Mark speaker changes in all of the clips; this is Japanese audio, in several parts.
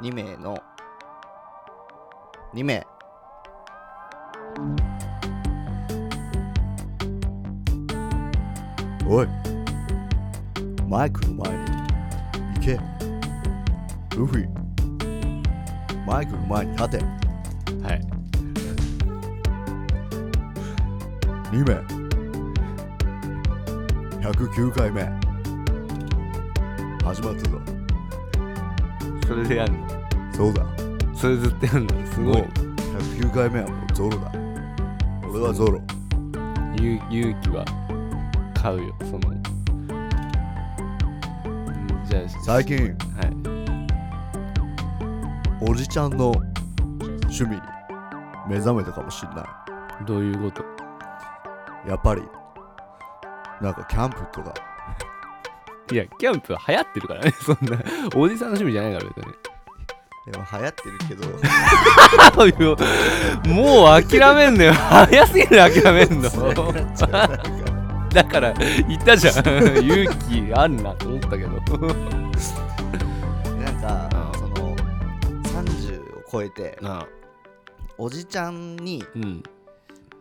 Speaker 1: 2名の2名
Speaker 2: おいマイクの前に行けルフィマイクの前に立て
Speaker 1: はい
Speaker 2: 2名109回目始まったぞ
Speaker 1: それでやんの
Speaker 2: そうだ
Speaker 1: それずっとやんのすご
Speaker 2: も
Speaker 1: い
Speaker 2: う109回目はもうゾロだ俺はゾロ
Speaker 1: ゆ勇気は買うよそのうんじゃあ
Speaker 2: 最近
Speaker 1: はい
Speaker 2: おじちゃんの趣味に目覚めたかもしんない
Speaker 1: どういうこと
Speaker 2: やっぱりなんかキャンプとか
Speaker 1: いやキャンプは流行ってるからね そんなおじさんの趣味じゃないから別に
Speaker 2: でも流行ってるけど
Speaker 1: そういうもう諦めんのよ早すぎる諦め んのだから言ったじゃん勇気あんなと思ったけど
Speaker 2: なんか
Speaker 1: うん
Speaker 2: その30を超えて
Speaker 1: あ
Speaker 2: おじちゃんに
Speaker 1: うん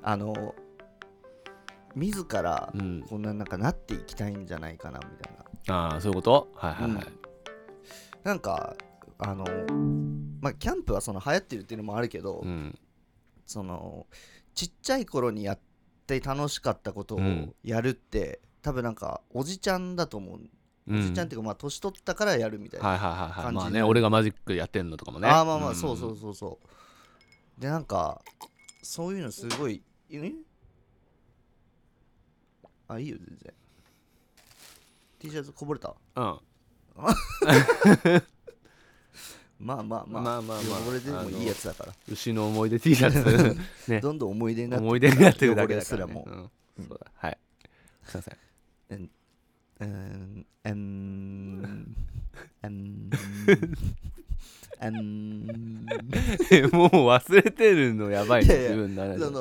Speaker 2: あの自ら
Speaker 1: うん
Speaker 2: こんななんかなっていきたいんじゃないかなみたいな
Speaker 1: ああそういうことはいはいはい、
Speaker 2: なんかあのまあキャンプはその流行ってるっていうのもあるけど、
Speaker 1: うん
Speaker 2: そのちっちゃい頃にやって楽しかったことを
Speaker 1: うん
Speaker 2: やるって、多分なんかおじちゃんだと思う、
Speaker 1: うん
Speaker 2: おじちゃんっていうかまあ年取ったからやるみたいな、
Speaker 1: はいはいはいはい
Speaker 2: 感じ
Speaker 1: まあ
Speaker 2: に
Speaker 1: ね俺がマジックやってんのとかもね
Speaker 2: ああまあまあ、
Speaker 1: ん
Speaker 2: そうそうそうそうでなんかそういうのすごいえあいいよ全然 T シャツこぼれた
Speaker 1: うん
Speaker 2: まあまあまあ
Speaker 1: まあまあまあ
Speaker 2: 汚れでもいいやつだから、
Speaker 1: 牛の思い出 T シャツね
Speaker 2: どんどん思い出に なって
Speaker 1: 思い出になってるだけ
Speaker 2: 汚
Speaker 1: だ
Speaker 2: れす
Speaker 1: からら、
Speaker 2: も
Speaker 1: ね、うんそうだはいすいません
Speaker 2: うーん、うーん、うーん、うーん、
Speaker 1: え もう忘れてるのやばいね
Speaker 2: いやいや
Speaker 1: 自分の話
Speaker 2: そ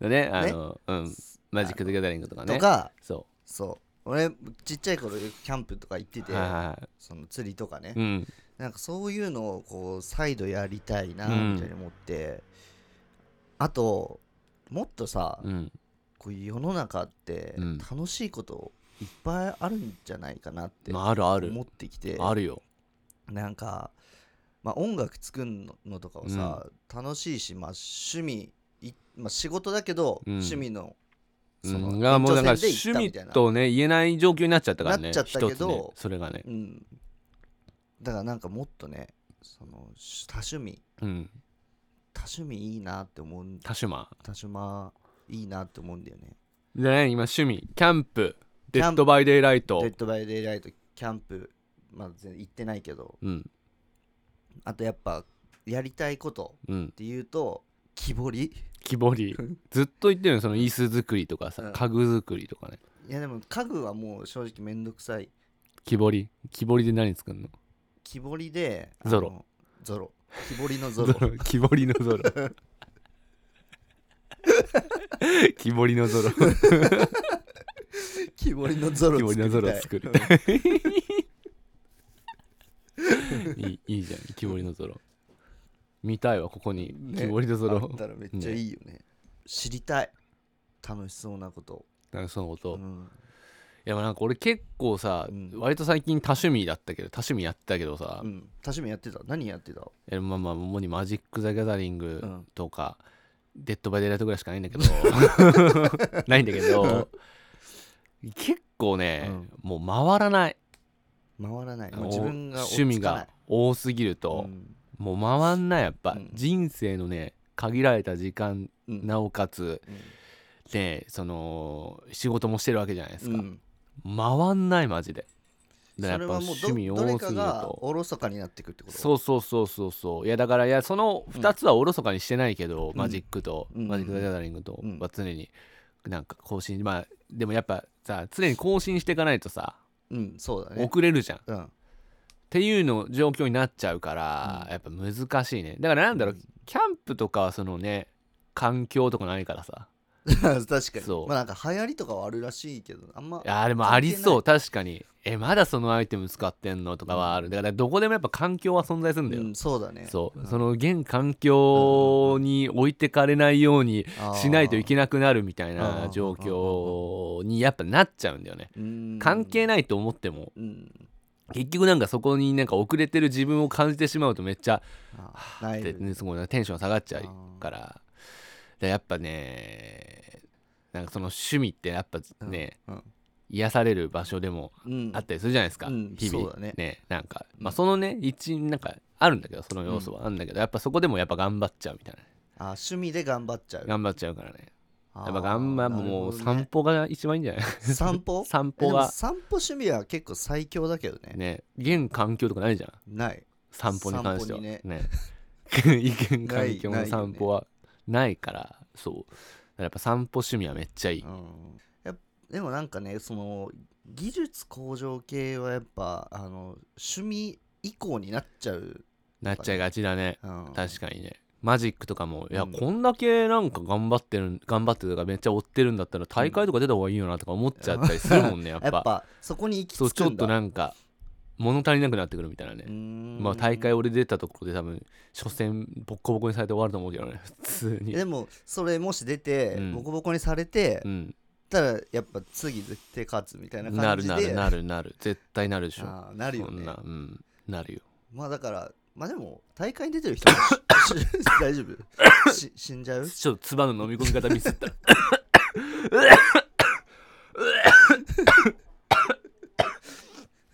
Speaker 2: の、
Speaker 1: ねあの、うんマジック・ザ・ギャザリングとかね
Speaker 2: とか、
Speaker 1: そ
Speaker 2: そう、俺、ちっちゃい頃よくキャンプとか行って
Speaker 1: う
Speaker 2: て、
Speaker 1: はいはいはい
Speaker 2: その釣りとかね、
Speaker 1: うん
Speaker 2: なんかそういうのをこう、再度やりたいな、
Speaker 1: うん
Speaker 2: みたいに思って、あと、もっとさ、
Speaker 1: うん
Speaker 2: こう世の中って
Speaker 1: うん
Speaker 2: 楽しいこといっぱいあるんじゃないかなって
Speaker 1: ま
Speaker 2: 思
Speaker 1: ああるある
Speaker 2: ってきて、
Speaker 1: あるよ
Speaker 2: なんか、まあ、音楽作るのとかはさ、楽しいし、まあ、趣味い、まあ、仕事だけど、
Speaker 1: うん
Speaker 2: 趣味の
Speaker 1: う
Speaker 2: その
Speaker 1: んがもうなんか
Speaker 2: 延長
Speaker 1: 趣
Speaker 2: 線で行
Speaker 1: 味
Speaker 2: ったみたいな
Speaker 1: とね言えない状況になっちゃったからね
Speaker 2: なっちゃったけど
Speaker 1: 一つねそれがね
Speaker 2: うん、だからなんかもっとねそのし多趣味
Speaker 1: うん
Speaker 2: 多趣味いいなって思うん
Speaker 1: 多種マ
Speaker 2: 多趣味いいなって思うんだよね
Speaker 1: ンじゃあね今趣味キャンプ
Speaker 2: キ
Speaker 1: デ
Speaker 2: ャン
Speaker 1: ッ
Speaker 2: プ
Speaker 1: ド・バイ・デイ・ライ
Speaker 2: 「デ
Speaker 1: ト
Speaker 2: ッド・バイ・デイ・ライト」キャンプまあ全然行ってないけど
Speaker 1: うん
Speaker 2: あとやっぱやりたいこと
Speaker 1: うん
Speaker 2: っていうと木彫り
Speaker 1: 木彫りずっと言ってるのその椅子作りとか
Speaker 2: うん
Speaker 1: さ家具作りとかね
Speaker 2: いやでも家具はもう正直めんどくさい
Speaker 1: 木彫り木彫りで何作るの
Speaker 2: 木彫りであの
Speaker 1: ゾロ
Speaker 2: ゾロ木彫りのゾロ
Speaker 1: 木彫りのゾロ木彫りのゾロ
Speaker 2: 木彫りのゾロ
Speaker 1: 木彫りのゾロ
Speaker 2: 作
Speaker 1: 作
Speaker 2: り
Speaker 1: り
Speaker 2: たい
Speaker 1: たいい いいいじゃん木彫りのゾロ見たいわここに
Speaker 2: ね
Speaker 1: 木彫りのゾ
Speaker 2: あ
Speaker 1: ロ、
Speaker 2: ったらめっちゃいいよね知りたい楽しそうなこと
Speaker 1: なんかそのこと、
Speaker 2: う
Speaker 1: い
Speaker 2: ん
Speaker 1: やまあなんか俺結構さ、
Speaker 2: うん
Speaker 1: 割と最近多趣味だったけど多趣味やってたけどさ、
Speaker 2: うん多趣味やってた何やってた
Speaker 1: えまあまあ主にマジック・ザ・ギャザリン
Speaker 2: う
Speaker 1: グ
Speaker 2: ん
Speaker 1: とか、デッド・バイ・デイ・ライトぐらいしかないんだけど ないんだけど結構ね、もう回らない
Speaker 2: 回らないもう
Speaker 1: お
Speaker 2: 自分が追っつか
Speaker 1: 趣味が多すぎる
Speaker 2: ない
Speaker 1: と
Speaker 2: う、ん
Speaker 1: もう回んないやっぱ、
Speaker 2: うん
Speaker 1: 人生のね限られた時間
Speaker 2: うん
Speaker 1: なおかつ
Speaker 2: うん
Speaker 1: ねその仕事もしてるわけじゃないですか、
Speaker 2: うん
Speaker 1: 回んないマジで
Speaker 2: そ
Speaker 1: だから
Speaker 2: れ
Speaker 1: やっぱ
Speaker 2: はもう
Speaker 1: 趣味
Speaker 2: ど
Speaker 1: 多
Speaker 2: どれ
Speaker 1: す
Speaker 2: か
Speaker 1: ぎる
Speaker 2: が
Speaker 1: と
Speaker 2: おろそかになってくってこと
Speaker 1: そうそうそうそうそういやだからいやその2つはおろそかにしてないけど、マジックと、
Speaker 2: うん
Speaker 1: マジック・ザ・ギャザリングと
Speaker 2: うん
Speaker 1: は常になんか更新まあでもやっぱさ常に更新していかないとさ
Speaker 2: うんそうだね
Speaker 1: 遅れるじゃんっ
Speaker 2: うん
Speaker 1: ていうの状況になっちゃうから、
Speaker 2: うん
Speaker 1: やっぱ難しいねだからなんだろうキャンプとかはそのね環境とかないからさ
Speaker 2: 確かに
Speaker 1: そう
Speaker 2: まあなんか流行りとかはあるらしいけどあんま
Speaker 1: いやでもありそう確かにえまだそのアイテム使ってんのとかはあるだからどこでもやっぱ環境は存在するんだよ、
Speaker 2: うん、そうだね
Speaker 1: そう、
Speaker 2: ん
Speaker 1: その現環境に置いてかれないように
Speaker 2: あー
Speaker 1: しないといけなくなるみたい
Speaker 2: あ
Speaker 1: な
Speaker 2: ー
Speaker 1: 状況にやっぱなっちゃうんだよね
Speaker 2: うん
Speaker 1: 関係ないと思っても
Speaker 2: うん
Speaker 1: 結局なんかそこになんか遅れてる自分を感じてしまうとめっちゃ
Speaker 2: あ
Speaker 1: は
Speaker 2: な
Speaker 1: ー
Speaker 2: い
Speaker 1: って、ね、すごいなテンション下がっちゃ
Speaker 2: あー
Speaker 1: うからだからやっぱねなんかその趣味ってやっぱね、
Speaker 2: うん
Speaker 1: 癒される場所でも
Speaker 2: うん、
Speaker 1: あったりするじゃないですか、
Speaker 2: うん
Speaker 1: 日々
Speaker 2: そうだね
Speaker 1: なんか、
Speaker 2: うん
Speaker 1: まあ、そのね一員なんかあるんだけどその要素はあるんだけど、やっぱそこでもやっぱ頑張っちゃうみたい
Speaker 2: あ趣味で頑張っちゃう
Speaker 1: な頑張っちゃうからね
Speaker 2: あー
Speaker 1: やっぱ頑張
Speaker 2: なる
Speaker 1: も
Speaker 2: ほ
Speaker 1: う
Speaker 2: どね
Speaker 1: 散歩が一番いいんじゃない
Speaker 2: 散歩
Speaker 1: 散
Speaker 2: えで
Speaker 1: 歩
Speaker 2: も
Speaker 1: が
Speaker 2: 散歩趣味は結構最強だけどね
Speaker 1: ね現環境とかないじゃん
Speaker 2: ない
Speaker 1: 散歩に関しては
Speaker 2: 散
Speaker 1: ね
Speaker 2: 歩
Speaker 1: 現環境
Speaker 2: ない
Speaker 1: の散歩はないからそうだからやっぱ散歩趣味はめっちゃいい、
Speaker 2: うんやっでもなんかねその技術向上系はやっぱあの趣味以降になっちゃう、
Speaker 1: なっちゃいがちだね
Speaker 2: うん、
Speaker 1: 確かにねマジックとかもいや、
Speaker 2: うん
Speaker 1: こんだけなんか頑張ってるん頑張ってるとかめっちゃ追ってるんだったら大会とか出た方がいいよなとか思っちゃったりするもんねやっぱ
Speaker 2: やっぱそこに行き
Speaker 1: そう
Speaker 2: 着
Speaker 1: ち
Speaker 2: く
Speaker 1: ょっ
Speaker 2: ん
Speaker 1: と
Speaker 2: だ
Speaker 1: なんか物足りなくなってくるみたいなね、まあ大会俺出たところで多分初戦ボッコボコにされて終わると思うけどね普通
Speaker 2: え
Speaker 1: に
Speaker 2: でもそれもし出て、
Speaker 1: うん
Speaker 2: ボコボコにされて、
Speaker 1: うん
Speaker 2: たらやっぱ次絶対勝つみたいな
Speaker 1: な
Speaker 2: 感
Speaker 1: る
Speaker 2: じで
Speaker 1: なるなるなる絶対なるでしょ
Speaker 2: あーなるよ
Speaker 1: そん
Speaker 2: ね
Speaker 1: なうんなるよ
Speaker 2: まあだからまあでも大会に出てる人も しし大丈夫し死んじゃう
Speaker 1: ちょっと唾の飲み込み方ミスった あ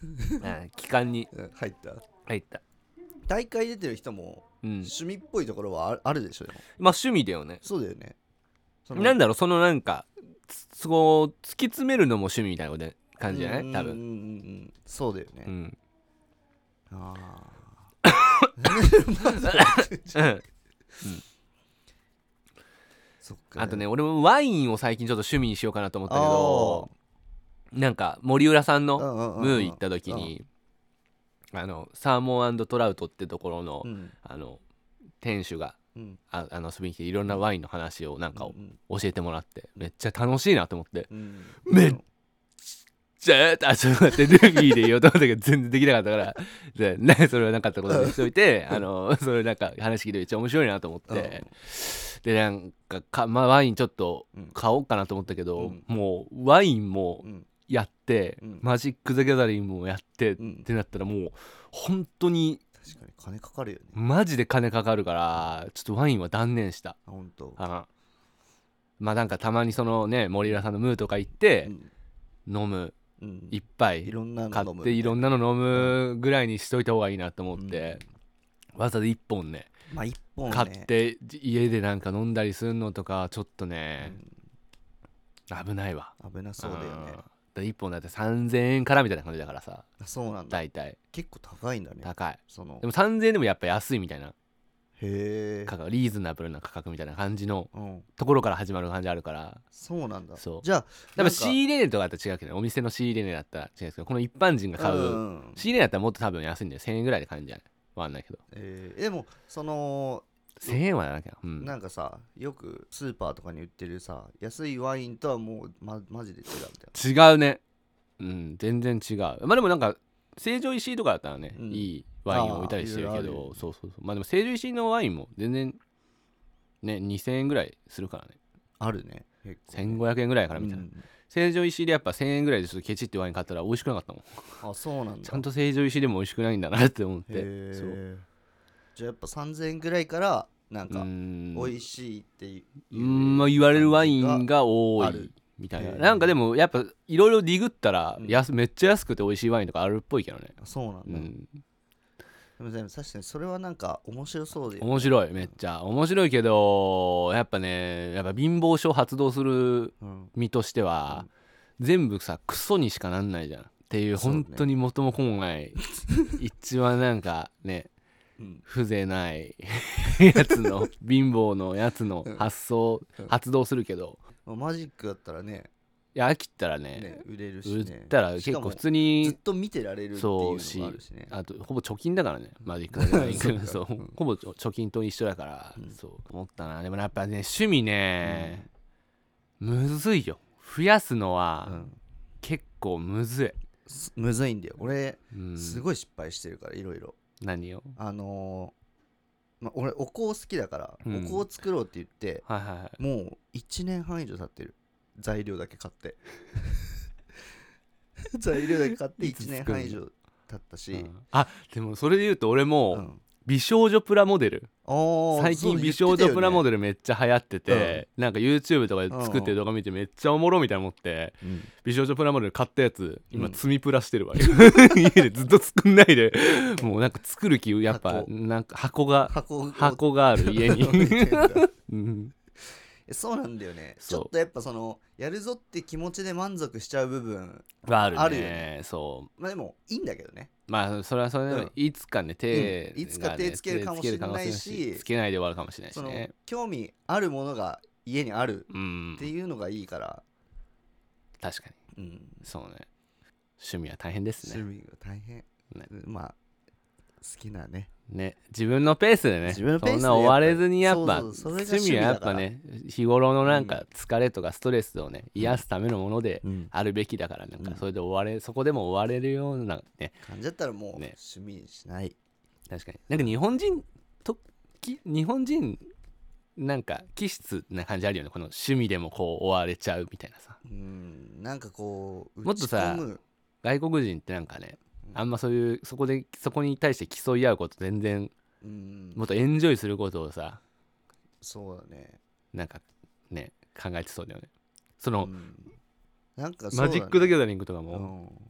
Speaker 1: ー気管に
Speaker 2: うん入った
Speaker 1: 入った
Speaker 2: 大会出てる人も
Speaker 1: うん
Speaker 2: 趣味っぽいところはああるでしょでも
Speaker 1: まあ趣味だよね
Speaker 2: そうだよねその
Speaker 1: なんだろうそのなんかつそこを突き詰めるのも趣味みたいなことで感じじゃな
Speaker 2: うん
Speaker 1: い多分
Speaker 2: うんうんうんそうだよね、
Speaker 1: うん
Speaker 2: あ あ
Speaker 1: うん
Speaker 2: そっか
Speaker 1: あとね俺もワインを最近ちょっと趣味にしようかなと思ったけどなんか森浦さん
Speaker 2: うんうんうん
Speaker 1: の
Speaker 2: うん
Speaker 1: ムー行った時にあのサーモントラウトってところの
Speaker 2: うん
Speaker 1: あの店主が
Speaker 2: うん
Speaker 1: ああの遊びに来ていろんなワインの話をなんか
Speaker 2: うん
Speaker 1: 教えてもらってめっちゃ楽しいなと思って
Speaker 2: うん
Speaker 1: めっじゃああちょっと待ってルビーで言おうと思ったけど全然できなかったから でなそれはなかったことにしといてあのそれなんか話聞いてめっちゃ面白いなと思っ
Speaker 2: うん
Speaker 1: て。でなんかか、まあ、ワインちょっと
Speaker 2: うん
Speaker 1: 買おうかなと思ったけど、
Speaker 2: うん
Speaker 1: もうワインも
Speaker 2: うん
Speaker 1: やって、
Speaker 2: うん
Speaker 1: マジック・ザ・ギャザリングもやって、
Speaker 2: うん
Speaker 1: ってなったらもう本当に
Speaker 2: 確かに金かかるよね
Speaker 1: マジで金かかるからちょっとワインは断念した
Speaker 2: あ本当
Speaker 1: あまあなんかたまにそのね森浦さんのムーとか行って
Speaker 2: う、ん
Speaker 1: 飲む
Speaker 2: うん
Speaker 1: 一杯
Speaker 2: いろんな
Speaker 1: 買
Speaker 2: の飲む
Speaker 1: っていろんなの飲むぐらいにしといた方がいいなと思って、わざわざ1本ね
Speaker 2: まあ一本ね
Speaker 1: 買って家でなんか飲んだりするのとかちょっとね、危ないわ
Speaker 2: 危なそうだよね
Speaker 1: んだ1本だって3000円からみたいな感じだからさ
Speaker 2: あそうなんだ
Speaker 1: 大体
Speaker 2: 結構高いんだね
Speaker 1: 高い
Speaker 2: その
Speaker 1: でも3000円でもやっぱ安いみたいな
Speaker 2: へえ
Speaker 1: 価格リーズナブルな価格みたいな感じの
Speaker 2: うん
Speaker 1: ところから始まる感じあるから
Speaker 2: そうなんだ
Speaker 1: そう
Speaker 2: じゃあ
Speaker 1: 多分
Speaker 2: なんか
Speaker 1: 仕入れ値とかだったら違うけどお店の仕入れ値だったら違うんですけどこの一般人が買
Speaker 2: う
Speaker 1: うん仕入れ値だったらもっと多分安いんだよ1000円ぐらいで買うんじゃないわかんないけど
Speaker 2: えーでもその
Speaker 1: 1000円はなきゃうん
Speaker 2: なんかさよくスーパーとかに売ってるさ安いワインとはもうまマジで違うみたいな
Speaker 1: 違うねうん全然違うまあでもなんか成城石井とかだったらね、
Speaker 2: うん
Speaker 1: いいワインを置いたりしてる
Speaker 2: あー
Speaker 1: け
Speaker 2: いろいろあるよ
Speaker 1: どそうそうそうまあでも成城石井のワインも全然ね2000円ぐらいするからね
Speaker 2: あるね結構ね
Speaker 1: 1500円ぐらいからみたいな、
Speaker 2: うん
Speaker 1: 成城石井でやっぱ1000円ぐらいでちょっとケチってワイン買ったら美味しくなかったもん
Speaker 2: あそうなんだ
Speaker 1: ちゃんと成城石井でも美味しくないんだなって思って
Speaker 2: へ
Speaker 1: そうう
Speaker 2: えじゃあやっぱ3000円ぐらいからなん
Speaker 1: ー
Speaker 2: か
Speaker 1: ん
Speaker 2: 美味しいっていう
Speaker 1: うーんまあ言われるワインが多
Speaker 2: あ
Speaker 1: い
Speaker 2: る
Speaker 1: みたい
Speaker 2: へ
Speaker 1: な
Speaker 2: ー
Speaker 1: なんかでもやっぱいろいろディグったら
Speaker 2: うん
Speaker 1: 安めっちゃ安くて美味しいワインとかあるっぽいけどね
Speaker 2: あそうなん
Speaker 1: う
Speaker 2: だ、
Speaker 1: ん
Speaker 2: でもでも確かにそれはなんか面白そうで
Speaker 1: 面白いめっちゃ面白いけどやっぱねやっぱ貧乏症発動する
Speaker 2: うん
Speaker 1: 身としては、全部さクソにしかなんないじゃんっていう
Speaker 2: そうね
Speaker 1: 本当に元も子もない 一番なんかね
Speaker 2: うん
Speaker 1: 風情ない やつの貧乏のやつの
Speaker 2: うん
Speaker 1: 発想、
Speaker 2: うん
Speaker 1: 発動するけど
Speaker 2: まあマジックだったらね
Speaker 1: いや飽きたらね
Speaker 2: ね売れるし、
Speaker 1: 売
Speaker 2: ね、
Speaker 1: ったら結
Speaker 2: しか
Speaker 1: 構
Speaker 2: も
Speaker 1: 普通
Speaker 2: ずっ
Speaker 1: に
Speaker 2: と見てられるっていうの
Speaker 1: そう
Speaker 2: も
Speaker 1: し
Speaker 2: あるしね
Speaker 1: あとほぼ貯金だからねマジック の
Speaker 2: そうか
Speaker 1: そう
Speaker 2: うん
Speaker 1: ほぼ貯金と一緒だから、
Speaker 2: うん
Speaker 1: そう思ったなでもやっぱね趣味ね、むずいよ増やすのは
Speaker 2: うん
Speaker 1: 結構むずい
Speaker 2: すむずいんだよ俺
Speaker 1: うん
Speaker 2: すごい失敗してるからいろいろ
Speaker 1: 何を
Speaker 2: あのーまあ、俺お香好きだから、
Speaker 1: うん
Speaker 2: お香作ろうって言って
Speaker 1: はいはいはい
Speaker 2: もう1年半以上経ってる材料だけ買って 材料だけ買って
Speaker 1: いつ
Speaker 2: 1年
Speaker 1: 作るの
Speaker 2: 半以上経ったし、
Speaker 1: うんあでもそれで言うと俺も、
Speaker 2: うん
Speaker 1: 美少女プラモデル
Speaker 2: ああ
Speaker 1: 最近美少女プラモ
Speaker 2: デ
Speaker 1: デルめっちゃ流行っててなんか YouTube とかで作ってる動画見てめっちゃおもろみたいな思って
Speaker 2: ル、うん
Speaker 1: 美少女プラモデル買ったやつ今
Speaker 2: うん
Speaker 1: 積みプラしてるわ 家でずっと作んないでもうなんか作る気やっぱ
Speaker 2: 箱
Speaker 1: なんか箱が
Speaker 2: 箱を
Speaker 1: 箱がある家 に
Speaker 2: 置いてんだ
Speaker 1: うん
Speaker 2: えそうなんだよねち
Speaker 1: そう
Speaker 2: ょっとやっぱそのやるぞって気持ちで満足しちゃう部分
Speaker 1: はあるね
Speaker 2: あるよね
Speaker 1: そ
Speaker 2: まあでもいいんだけどね
Speaker 1: うまあそれはそれで
Speaker 2: う
Speaker 1: も
Speaker 2: ん
Speaker 1: いつかね手がね、
Speaker 2: うんいつか手つけるかもしれないし
Speaker 1: 手つけるかもれないつけないで終わるかもしれないし
Speaker 2: その
Speaker 1: ね
Speaker 2: 興味あるものが家にある
Speaker 1: うん
Speaker 2: っていうのがいいから、
Speaker 1: 確かに
Speaker 2: うん、
Speaker 1: そうね趣味は大変です
Speaker 2: 趣
Speaker 1: ね
Speaker 2: 味が大変、
Speaker 1: ね
Speaker 2: まあ好きなね
Speaker 1: ね自分のペースでね
Speaker 2: 自分のペース
Speaker 1: そ
Speaker 2: で
Speaker 1: んな追われずにやっぱ
Speaker 2: そうそうそれが
Speaker 1: 趣味はやっぱね日頃のなん
Speaker 2: う
Speaker 1: か疲れとかストレスをね癒すためのもので
Speaker 2: うん
Speaker 1: あるべきだからなん
Speaker 2: う
Speaker 1: か
Speaker 2: ん
Speaker 1: それで追われそこでも追われるようなね
Speaker 2: 感じだったらもう趣
Speaker 1: ね
Speaker 2: 味にしない、
Speaker 1: 確かになんか日本人とき日本人なんか気質な感じあるよねこの趣味でもこう追われちゃうみたいなさ
Speaker 2: うんなんかこう
Speaker 1: もっとさ
Speaker 2: 打ち込む
Speaker 1: 外国人ってなんかね
Speaker 2: うん
Speaker 1: あんまそういうそこでそこに対して競い合うこと全然
Speaker 2: うん
Speaker 1: もっとエンジョイすることをさ
Speaker 2: そうだね
Speaker 1: なんかね考えてそうだよねその、
Speaker 2: うんなんかそうだ
Speaker 1: マ
Speaker 2: ね
Speaker 1: ジック・ザ・ギャザリングとか
Speaker 2: う
Speaker 1: も、
Speaker 2: ん、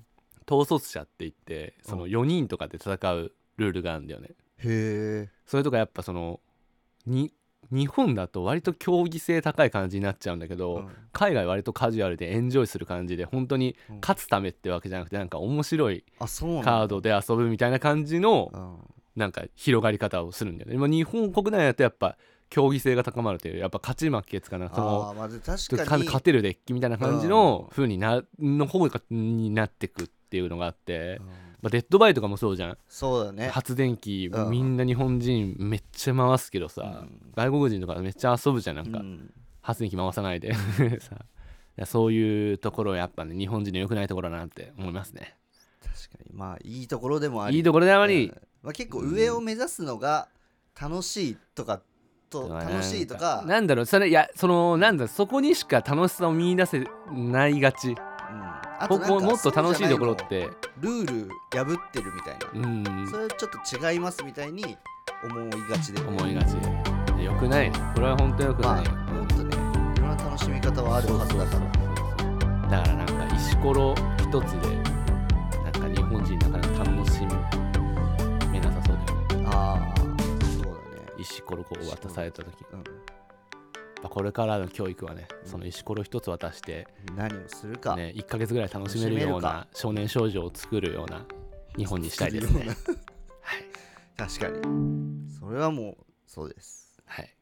Speaker 1: 統率者って言ってそうの
Speaker 2: ん
Speaker 1: 4人とかで戦うルールがあるんだよね
Speaker 2: へえ
Speaker 1: それとかやっぱそのに日本だと割と競技性高い感じになっちゃうんだけど、海外割とカジュアルでエンジョイする感じで本当に
Speaker 2: うん
Speaker 1: 勝つためってわけじゃなくてなんか面白い
Speaker 2: あそうなんだ
Speaker 1: カードで遊ぶみたいな感じの
Speaker 2: うん
Speaker 1: なんか広がり方をするんだよね今日本国内だとやっぱ競技性が高まるというやっぱ勝ち負けつかなその
Speaker 2: あーまあで確か
Speaker 1: か
Speaker 2: に
Speaker 1: 勝てるデッキみたいな感じの風になの方がになってくっていうのがあって
Speaker 2: う、ん
Speaker 1: まあ、デッドバイとかもそうじゃん
Speaker 2: そうだね
Speaker 1: 発電機
Speaker 2: うん
Speaker 1: みんな日本人めっちゃ回すけど
Speaker 2: う
Speaker 1: さ、
Speaker 2: ん
Speaker 1: 外国人とかめっちゃ遊ぶじゃんなんか、
Speaker 2: うん
Speaker 1: 発電機回さないで さだからそういうところやっぱね日本人の良くないところだなって思いますね
Speaker 2: 確かにまあいいところでもあり
Speaker 1: いいところであま
Speaker 2: う
Speaker 1: り
Speaker 2: んまあ、結構上を目指すのが楽しいとかと
Speaker 1: なん
Speaker 2: 楽しいとか
Speaker 1: なんだろうそれいやそのなんだろうそこにしか楽しさを見出せないがち
Speaker 2: うんあ
Speaker 1: こ
Speaker 2: となんか
Speaker 1: こもっと楽しいところっ
Speaker 2: そうじ
Speaker 1: て
Speaker 2: ゃないのルール破ってるみたいな、
Speaker 1: うん
Speaker 2: それちょっと違いますみたいに思いがちで
Speaker 1: 思いがち良くないこれは本当良く
Speaker 2: ま
Speaker 1: ない、
Speaker 2: あもっとねいろんな楽しみ方はあるはずだから
Speaker 1: だからなんか石ころ一つでなんか日本人なかなか楽しめなさそうだよね
Speaker 2: ああそうだね
Speaker 1: 石ころこう渡された時
Speaker 2: う
Speaker 1: まあこれからの教育はねその石ころ一つ渡して、
Speaker 2: ん何をするか、
Speaker 1: ね、1ヶ月ぐらい楽しめるような少年少女を作るような日本にしたいですね
Speaker 2: 作るような確かにそれはもうそうです
Speaker 1: はい